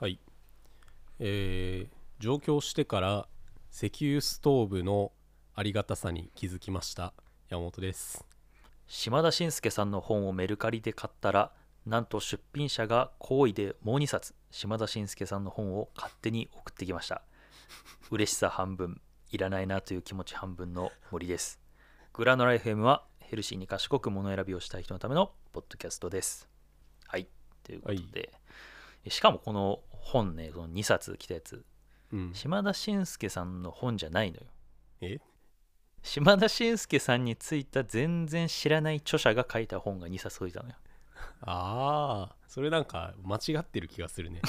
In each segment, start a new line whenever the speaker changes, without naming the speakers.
はい、えー上京してから石油ストーブのありがたさに気づきました山本です
島田紳介さんの本をメルカリで買ったらなんと出品者が好意でもう2冊島田紳介さんの本を勝手に送ってきました嬉しさ半分いらないなという気持ち半分の森ですグラノラ FM はヘルシーに賢く物選びをしたい人のためのポッドキャストですはいということで、しかもこの本ねこの2冊来たやつ
うん
島田紳介さんの本じゃないのよ
え
島田紳介さんについた全然知らない著者が書いた本が2冊届いたのよ
ああそれなんか間違ってる気がす るね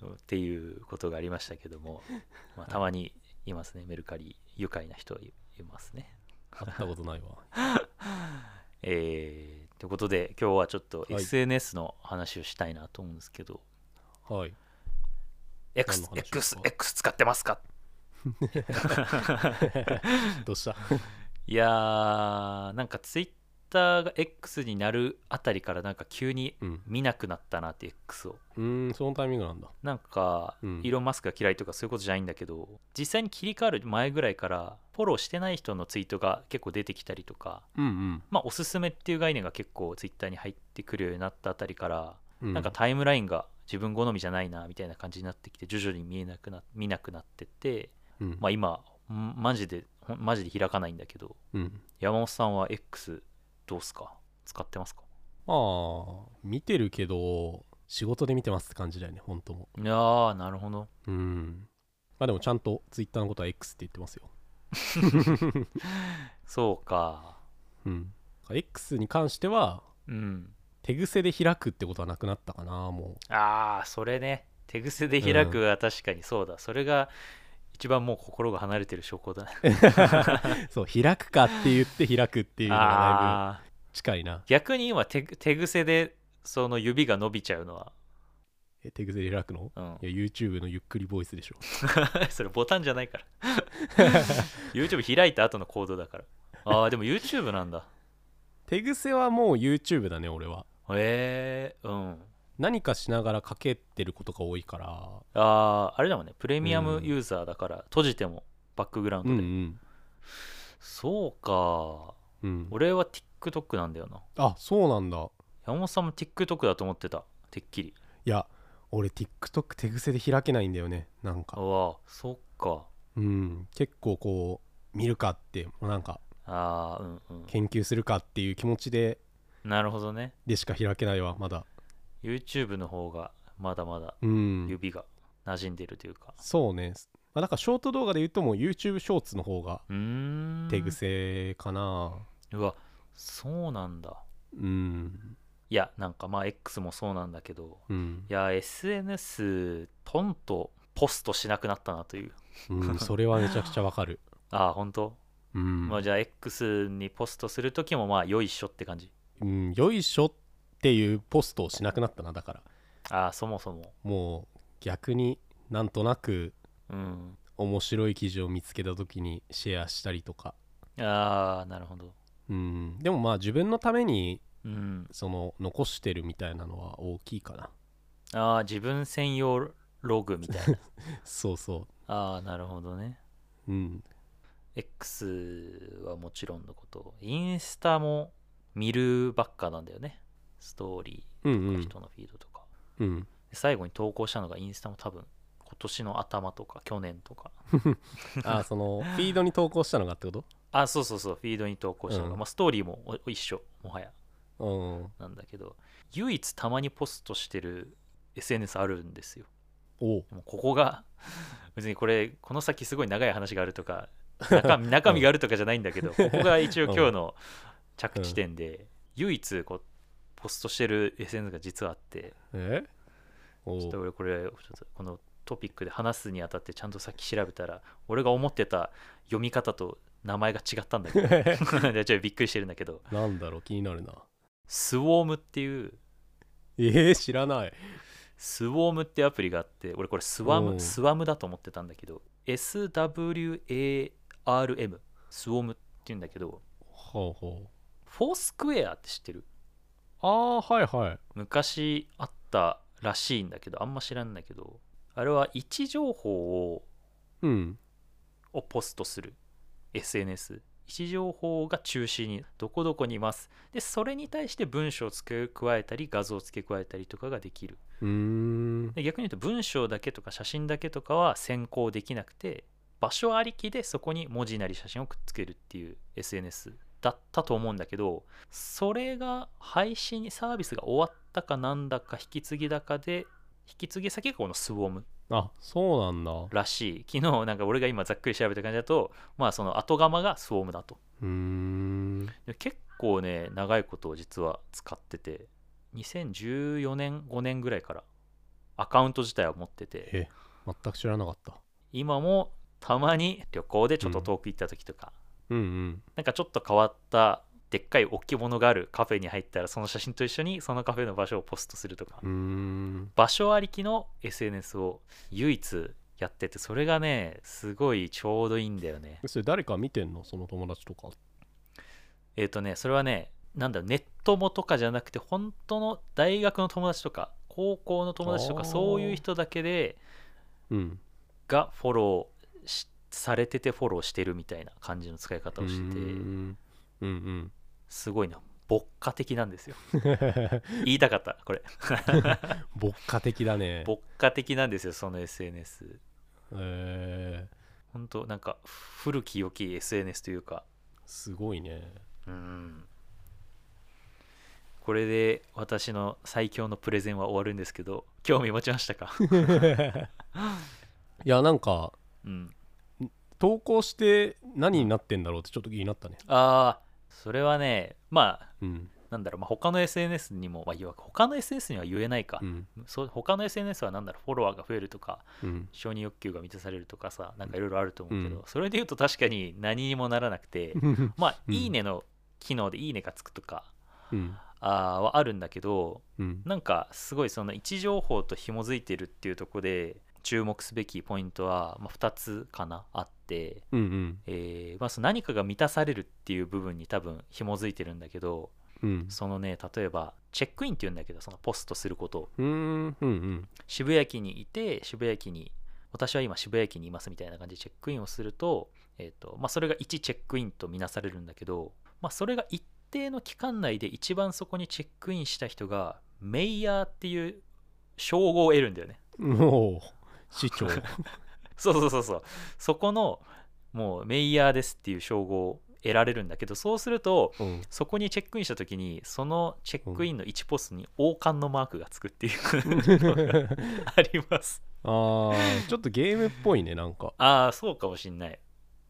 そうっていうことがありましたけ ども、まあ、たまにいますねメルカリ愉快な人いますね。
買ったことないわ
えー、ということで今日はちょっと
い
SNS の話をしたいなと思うんですけど、
はい
X
何の話ですか
X X 使ってますか
どうした
いやーなんか Twitter が X になるあたりからなんか急に
うん
見なくなったなって X を
うーんそのタイミングなんだ
なんか、
うん
イーロン・マスクが嫌いとかそういうことじゃないんだけど実際に切り替わる前ぐらいからフォローしてない人のツイートが結構出てきたりとか、
うん
まあ、おすすめっていう概念が結構ツイッターに入ってくるようになったあたりから、
うん
なんかタイムラインが自分好みじゃないなみたいな感じになってきて徐々に見えなくな見なくなってって、
うん
まあ、今んマジでほんマジで開かないんだけど
うん
山本さんは X どうすか使ってますか
まあ見てるけど仕事で見てますって感じだよね本当も
いやーなるほど
うんまあでもちゃんとツイッターのことは X って言ってますよ
そうか
うん、X に関しては
うん
手癖で開くってことはなくなったかなも
ああそれね手癖で開くは確かにそうだ、それが一番もう心が離れてる証拠だね
う そう開くかって言って開くっていうのがだ
あ
いぶ近いな
ー逆に今手手癖でその指が伸びちゃうのは、
え手癖で開くの
うん
い、や YouTube のゆっくりボイスでしょ
それボタンじゃないから YouTube 開いた後の行動だからああでも YouTube なんだ
手癖はもう YouTube だね俺は
へえうん
何かしながらかけてることが多いから
あああれだもんねプレミア
う
ム
ん
ユーザーだから閉じてもバックグラウン
う
ド
ん
で、
うん
そうか
うん
俺は TikTok なんだよな
あそうなんだ
山本さんも TikTok だと思ってたてっきり
いや俺 TikTok 手癖で開けないんだよねなん
あ
か
わあそっか
うん結構こう見るかってもうなんか
ああうんう
研究するかっていう気持ちで
んなるほどね
でしか開けないわまだ
YouTube の方がまだまだ
うん
指が馴染んでるというか
そうねまあだからショート動画で言うともう YouTube ショーツの方が
うーん
手癖かな
うわそうなんだ
うん
いやなんかまあ X もそうなんだけど
うん
い、や SNS とんとポストしなくなったなという
うん、それはめちゃくちゃわかる
ああ本当、
うん、
まあじゃあ X にポストするときもまあよいしょって感じ
うん、よいしょっていうポストをしなくなったなだから
ああそもそも
もう逆になんとなく
うん
面白い記事を見つけた時にシェアしたりとか
ああなるほど
うんでもまあ自分のために
うん
その残してるみたいなのは大きいかな
ああ自分専用ログみたいな
そうそ
ああなるほどね
ううん
X はもちろんのことインスタも見るばっかなんだよねストーリ
うん
ーと
う
か
ん
人のフィードとか、
うん
で最後に投稿したのがインスタも多分今年の頭とか去年とか
あそ のフィードに投稿したのがってこと
あそうそうそうフィードに投稿したのが、
うん
まあ、ストーリーもお一緒もはや
うん
なんだけど唯一たまにポストしてる SNS あるんですよ
おう
もうここが 別にこれこの先すごい長い話があるとか中身中身があるとかじゃないんだけど、ここが一応今日の着地点で、唯一こうポストしてる SNS が実はあって
えお
ちょっと
う
俺これちょっとこのトピックで話すにあたってちゃんとさっき調べたら俺が思ってた読み方と名前が違ったんだ けど でちょっとびっくりしてるんだけど
なんだろう気になるな
スウォームっていう
えー、知らない
スウォームってアプリがあって俺これスワ
おう
ムスワムだと思ってたんだけど SWARM スウォームって言うんだけど
ほうほう
フォースクエアって知ってる
ああはいはい
昔あっったらしいんだけどあんま知らんだけどあれは位置情報を
うん
をポストする SNS 位置情報が中心にどこどこにいますでそれに対して文章を付け加えたり画像を付け加えたりとかができる
うーん
で逆に言うと文章だけとか写真だけとかは先行できなくて場所ありきでそこに文字なり写真をくっつけるっていう SNS だったと思うんだけどそれが配信にサービスが終わったかなんだか引き継ぎだかで引き継ぎ先がこのスウォーム
あそうなんだう
らしい昨日なんか俺が今ざっくり調べた感じだとまあその後釜がスウォームだと
ーん
で結構ね長いことを実は使ってて2014年5年ぐらいからアカウント自体は持ってて
え全く知らなかった
今もたまに旅行でちょっと遠く行った時とか、
うんうん
なんかちょっと変わったでっかい置物があるカフェに入ったらその写真と一緒にそのカフェの場所をポストするとか、
うーん
場所ありきの SNS を唯一やっててそれがねすごいちょうどいいんだよね
それ誰か見てんのその友達とか
えっ、とねそれはねなんだろうネットもとかじゃなくて本当の大学の友達とか高校の友達と
あ
か
ー
そういう人だけで
うん
がフォローしされててフォローしてるみたいな感じの使い方をしてて。
うーんうんうん
すごいな牧歌的なんですよ 言いたかったこれ
牧歌的だね
牧歌的なんですよその SNS
えー、
本当なんか古き良き SNS というか
すごいね
うんこれで私の最強のプレゼンは終わるんですけど興味持ちまし たか
いやなんか
うん
投稿して何になってんだろうってちょっと気になったね
ああそれはねまあ
うん
なんだろう、まあ、他の SNS にも、まあ、いわ他の SNS には言えないか、
うん
そう他の SNS はなんだろうフォロワーが増えるとか
うん
承認欲求が満たされるとかさなんかいろいろあると思うけ
う
ど、
ん
それで言うと確かに何にもならな くてまあ「
うん
いいね」の機能で「いいね」がつくとか
うん
あーはあるんだけど
うん
なんかすごいその位置情報と紐づいてるっていうところで注目すべきポイントは、まあ、2つかなあって、
うんうん
えーまあ、その何かが満たされるっていう部分に多分紐づいてるんだけど
うん
そのね例えばチェックインっていうんだけどそのポストすることを
うーんうんうん
渋谷駅にいて渋谷駅に私は今渋谷駅にいますみたいな感じでチェックインをすると,、えーとまあ、それが1チェックインとみなされるんだけど、まあ、それが一定の期間内で一番そこにチェックインした人がメイヤーっていう称号を得るんだよね。
もう市長
そうそうそうそうそこのもうメイヤーですっていう称号を得られるんだけどそうすると
うん
そこにチェックインした時にそのチェックインの1ポストに王冠のマークがつくっていうのがあります。
あーちょっとゲームっぽいねなんか
ああそうかもしんないっ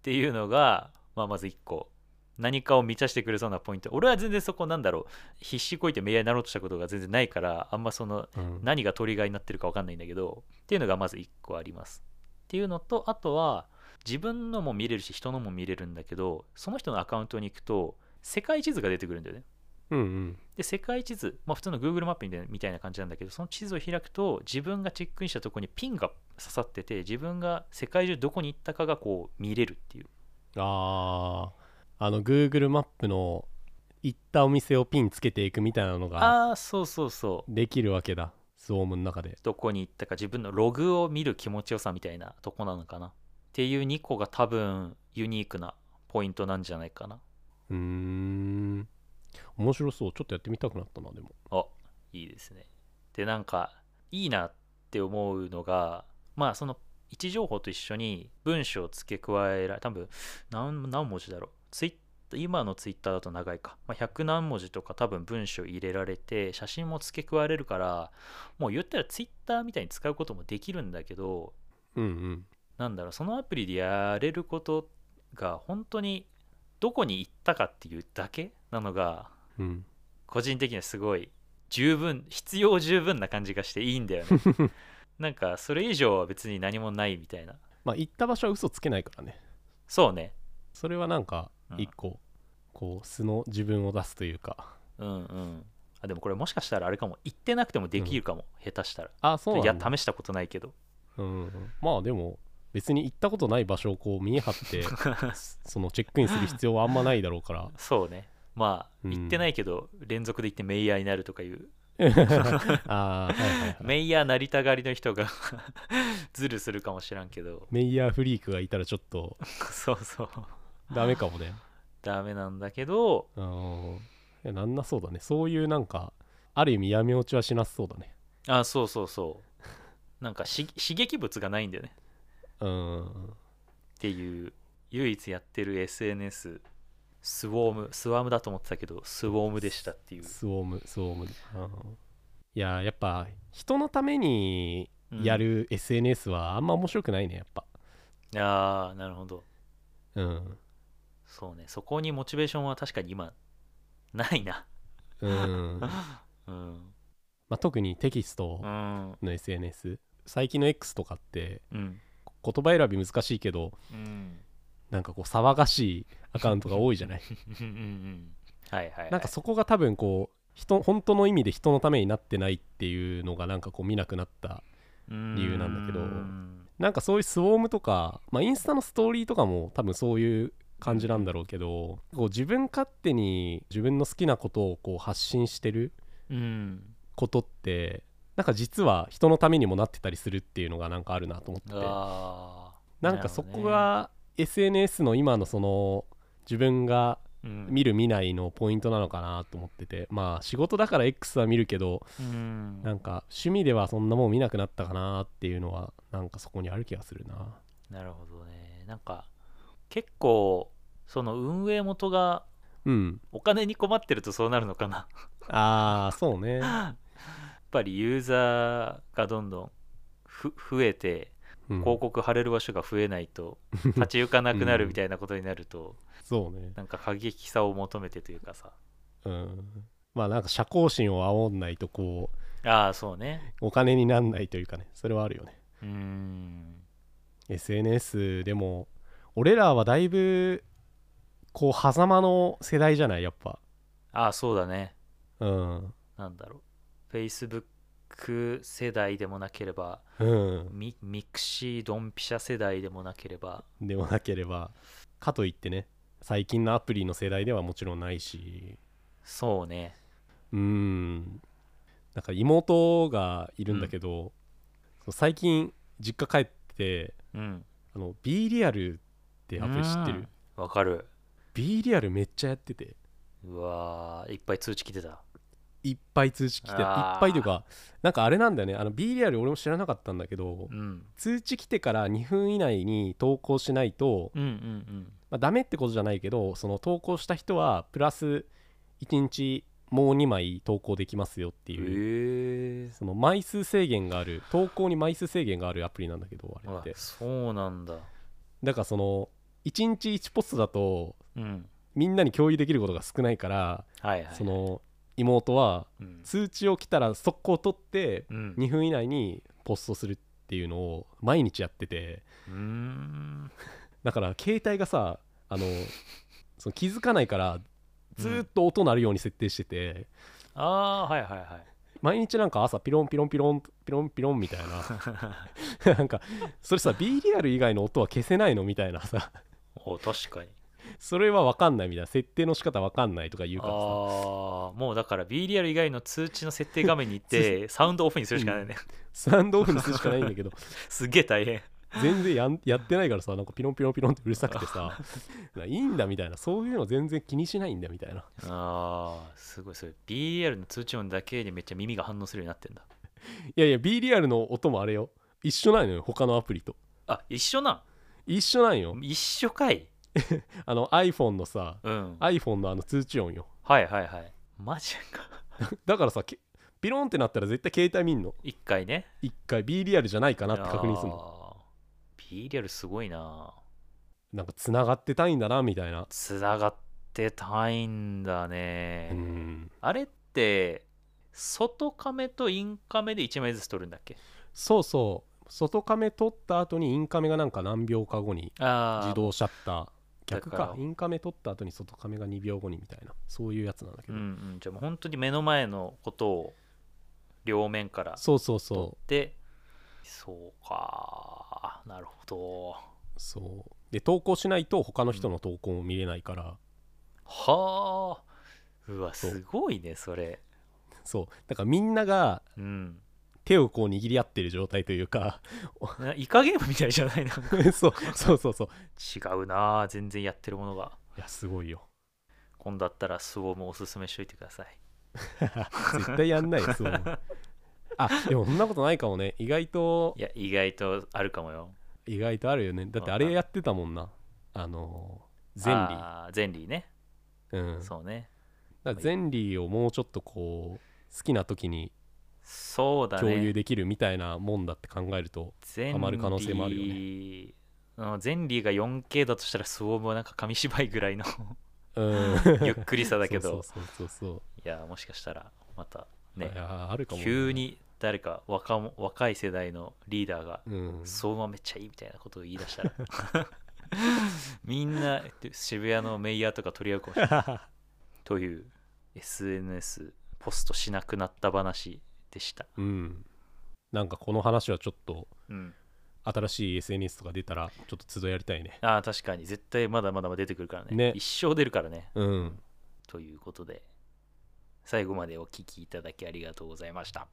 ていうのが、まあ、まず1個何かを満たしてくれそうなポイント俺は全然そこなんだろう必死こいてメイヤーになろうとしたことが全然ないからあんまその
うん
何がトリガーになってるか分かんないんだけどっていうのがまず1個ありますっていうのとあとは自分のも見れるし人のも見れるんだけどその人のアカウントに行くと世界地図が出てくるんだよね
うんうん
で世界地図、まあ、普通の Google マップみたいなみたいな感じなんだけどその地図を開くと自分がチェックインしたところにピンが刺さってて自分が世界中どこに行ったかがこう見れるっていう
あーあの Google マップの行ったお店をピンつけていくみたいなのが
ああーそうそうそう
できるわけだスウォームの中で
どこに行ったか自分のログを見る気持ちよさみたいなとこなのかなっていう2個が多分ユニークなポイントなんじゃないかな
うーん面白そうちょっとやってみたくなったなでも
あいいですねでなんかいいなって思うのがまあその位置情報と一緒に文章を付け加えられ多分何何文字だろうツイッ今のツイッターだと長いか、まあ、100何文字とか多分文章入れられて写真も付け加えれるからもう言ったらツイッターみたいに使うこともできるんだけど
うんうん
なんだろうそのアプリでやれることが本当にどこに行ったかっていうだけなのが
うん
個人的にはすごい十分必要十分な感じがしていいんだよね なんかそれ以上は別に何もないみたいな
まあ行った場所は嘘つけないからね
そうね
それはなんか
うん
一個、こう素の自分を出すというか
うんうんあでもこれもしかしたらあれかも行ってなくてもできるかも、下手したら
あそう
い
な
や
んだ
試したことないけど
うんうん、まあでも別に行ったことない場所をこう見え張って そのチェックインする必要は あんまないだろうから
そうねまあ
うん
行ってないけど連続で行ってメイヤーになるとかいう
ああ、はいはいはい、
メイヤーなりたがりの人が ズルするかもしらんけど
メイヤーフリークがいたらちょっと
そうそう
ダメかもね。
ダメなんだけど
うん。いやなんなそうだね。そういうなんか、ある意味闇落ちはしなさそうだね。
あそうそうそうなんかし刺激物がないんだよね
うん。
っていう唯一やってる SNS スウォームスワームだと思ってたけどスウォームでしたっていう、
スウォーム、スウォーム。うん、いや、やっぱ、人のために
うん
やる SNS はあんま面白くないね、やっぱ。
ああなるほど
うん。
そうねそこにモチベーションは確かに今ないな
うん。ま
うん
あ、特にテキスト
うん
の SNS。最近の X とかって、
うん
言葉選び難しいけど、
うん
なんかこう、騒がしいアカウントが多いじ ゃない。
うんうんはいはい、はい、
なんかそこが多分こう人本当の意味で人のためになってないっていうのがなんかこう見なくなった
理
由なんだけど
うん
なんかそういうスウォームとか、まあ、インスタのストーリーとかも多分そういう感じなんだろうけどこう自分勝手に自分の好きなことをこう発信してる
うん
ことってなんか実は人のためにもなってたりするっていうのがなんかあるなと思ってて
あー
なんかそこ、が SNS の今のその自分が
なるほどねうん
見る見ないのポイントなのかなと思っててまあ仕事だから X は見るけど
うん
なんか趣味ではそんなもん見なくなったかなっていうのはなんかそこにある気がするな
なるほどねなんか結構その運営元が
うん
お金に困ってるとそうなるのかな
ああそうね
やっぱりユーザーがどんどんふ増えて
うん
広告貼れる場所が増えないと立ち行かなくなるみたいなことになると、
そうね
なんか過激さを求めてというかさ
うんまあなんか社交心を煽んないとこう
ああそうね
お金になんないというかねそれはあるよね
うーん
SNS でも俺らはだいぶこう狭間の世代じゃないやっぱ
ああそうだね
うん
なんだろう Facebook 世代でもなければ
うん
ミミクシードンピシャ世代でもなければ
でもなければかといってね最近のアプリの世代ではもちろんないし
そうね
うーんなんか妹がいるんだけど、そう最近実家帰って
うん
あの B リアルってアプリ知って
う
る
んわかる
B リアルめっちゃやってて
うわーいっぱい通知来てた
いっぱい通知来ていっ
あー
ぱいというかなんかあれなんだよねあの B リアル俺も知らなかったんだけど、
うん
通知来てから2分以内に投稿しないと、
うんうんうん
まあ、ダメってことじゃないけどその投稿した人はプラス1日もう2枚投稿できますよって
へ
いう
え
その枚数制限がある投稿に枚数制限があるアプリなんだけどあれっ
わ
て
そうなんだ
だからその1日1ポストだと
うん
みんなに共有できることが少ないから
はいはい
その妹は
うん
通知を来たら速攻取って
うん
2分以内にポストするっていうのを毎日やってて
うーん
だから携帯がさあのその気づかないからずーっと音鳴るように設定してて
ああーはいはいはい
毎日なんか朝ピロンピロンピロンピロンピロンみたいな なんかそれさ B リアル以外の音は消せないのみたいなさ
お確かに
それは分かんないみたいな設定の仕方分かんないとか言うからさ
ああもうだから B リアル以外の通知の設定画面に行っ てサウンドオフにするしかないね
スタンドオフにするしかないんだけど
すげえ大変
全然やんやってないからさなんかピロンピロンピロンってうるさくてさいいんだみたいなそういうの全然気にしないんだみたいな
あーすごいそれ B リアルの通知音だけでめっちゃ耳が反応するようになってんだ
いやいや B リアルの音もあれよ一緒ないのよ他のアプリと
あ一緒な
一緒なんよ
ん一緒かい
あの iPhone のさ
うん
iPhone のあの通知音よ
はいはいはいマジか
だからさけピロンってなったら絶対携帯見んの
一回ね
一回 B リアルじゃないかなって確認するの
あー B リアルすごいな
なんか繋がってたいんだなみたいな
つながってたいんだ
う
ね
ん
あれって外カメとインカメで1枚ずつ撮るんだっけ
そうそう外カメ撮った後にインカメがなんか何秒か後に
ああ
自動シャッター逆
だか
からインカメ撮った後に外カメが2秒後にみたいなそういうやつなんだけ
う
ど、
んうんじゃあもう本当に目の前のことを両面から
そうそう
撮
そ
ってそうかなるほど
うそうで投稿しないと他の人の投稿も見れないから、
はあうわ
そう
すごいねそれ
そうだからみんなが
うん
手をこう握り合ってる状態というか
なイカゲームみたいじゃ ないな 違
そうそうそうそう
うなあ全然やってるものが
いやすごいよ
今度あったらスウォームおすすめしといてください
絶対やんないよそうあでもそんなことないかもね意外と
いや意外とあるかもよ
意外とあるよねだってあれやってたもんなあのゼンリー
あーゼンリーね、
うん
そうね
だからゼンリーをもうちょっとこう好きな時に
そうだね
共有できるみたいなもんだって考えると、
ゼンリー
ハマる可能性もあるよ
うんゼンリーが 4K だとしたらスウォームはなんか紙芝居ぐらいの
うん、
ゆっくりさだけど
そうそうそうそう
いやもしかしたらまた
そう、
ね
いやーあるかもね、
急に誰か若も若い世代のリーダーが
うん
相馬めっちゃいいみたいなことを言い出したら みんな渋谷のメイヤーとか取り合うかもしれないという SNS ポストしなくなった話でした、
うん、なんかこの話はちょっと
うん、
新しい SNS とか出たらちょっと都度やりたいね
ああ確かに絶対まだまだ出てくるからね
ね
一生出るからね
うん
ということで最後までお聞きいただきありがとうございました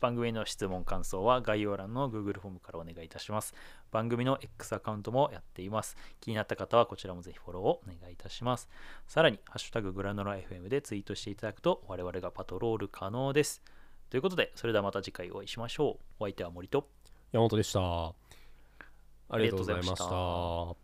番組の質問感想は概要欄の Google フォームからお願いいたします番組の X アカウントもやっています気になった方はこちらもぜひフォローをお願いいたしますさらに「ハッシュタググラノラ FM」でツイートしていただくと我々がパトロール可能ですということでそれではまた次回お会いしましょうお相手は森と
山本でしたありがとうござい
ありが
ま
と
し
うございま
た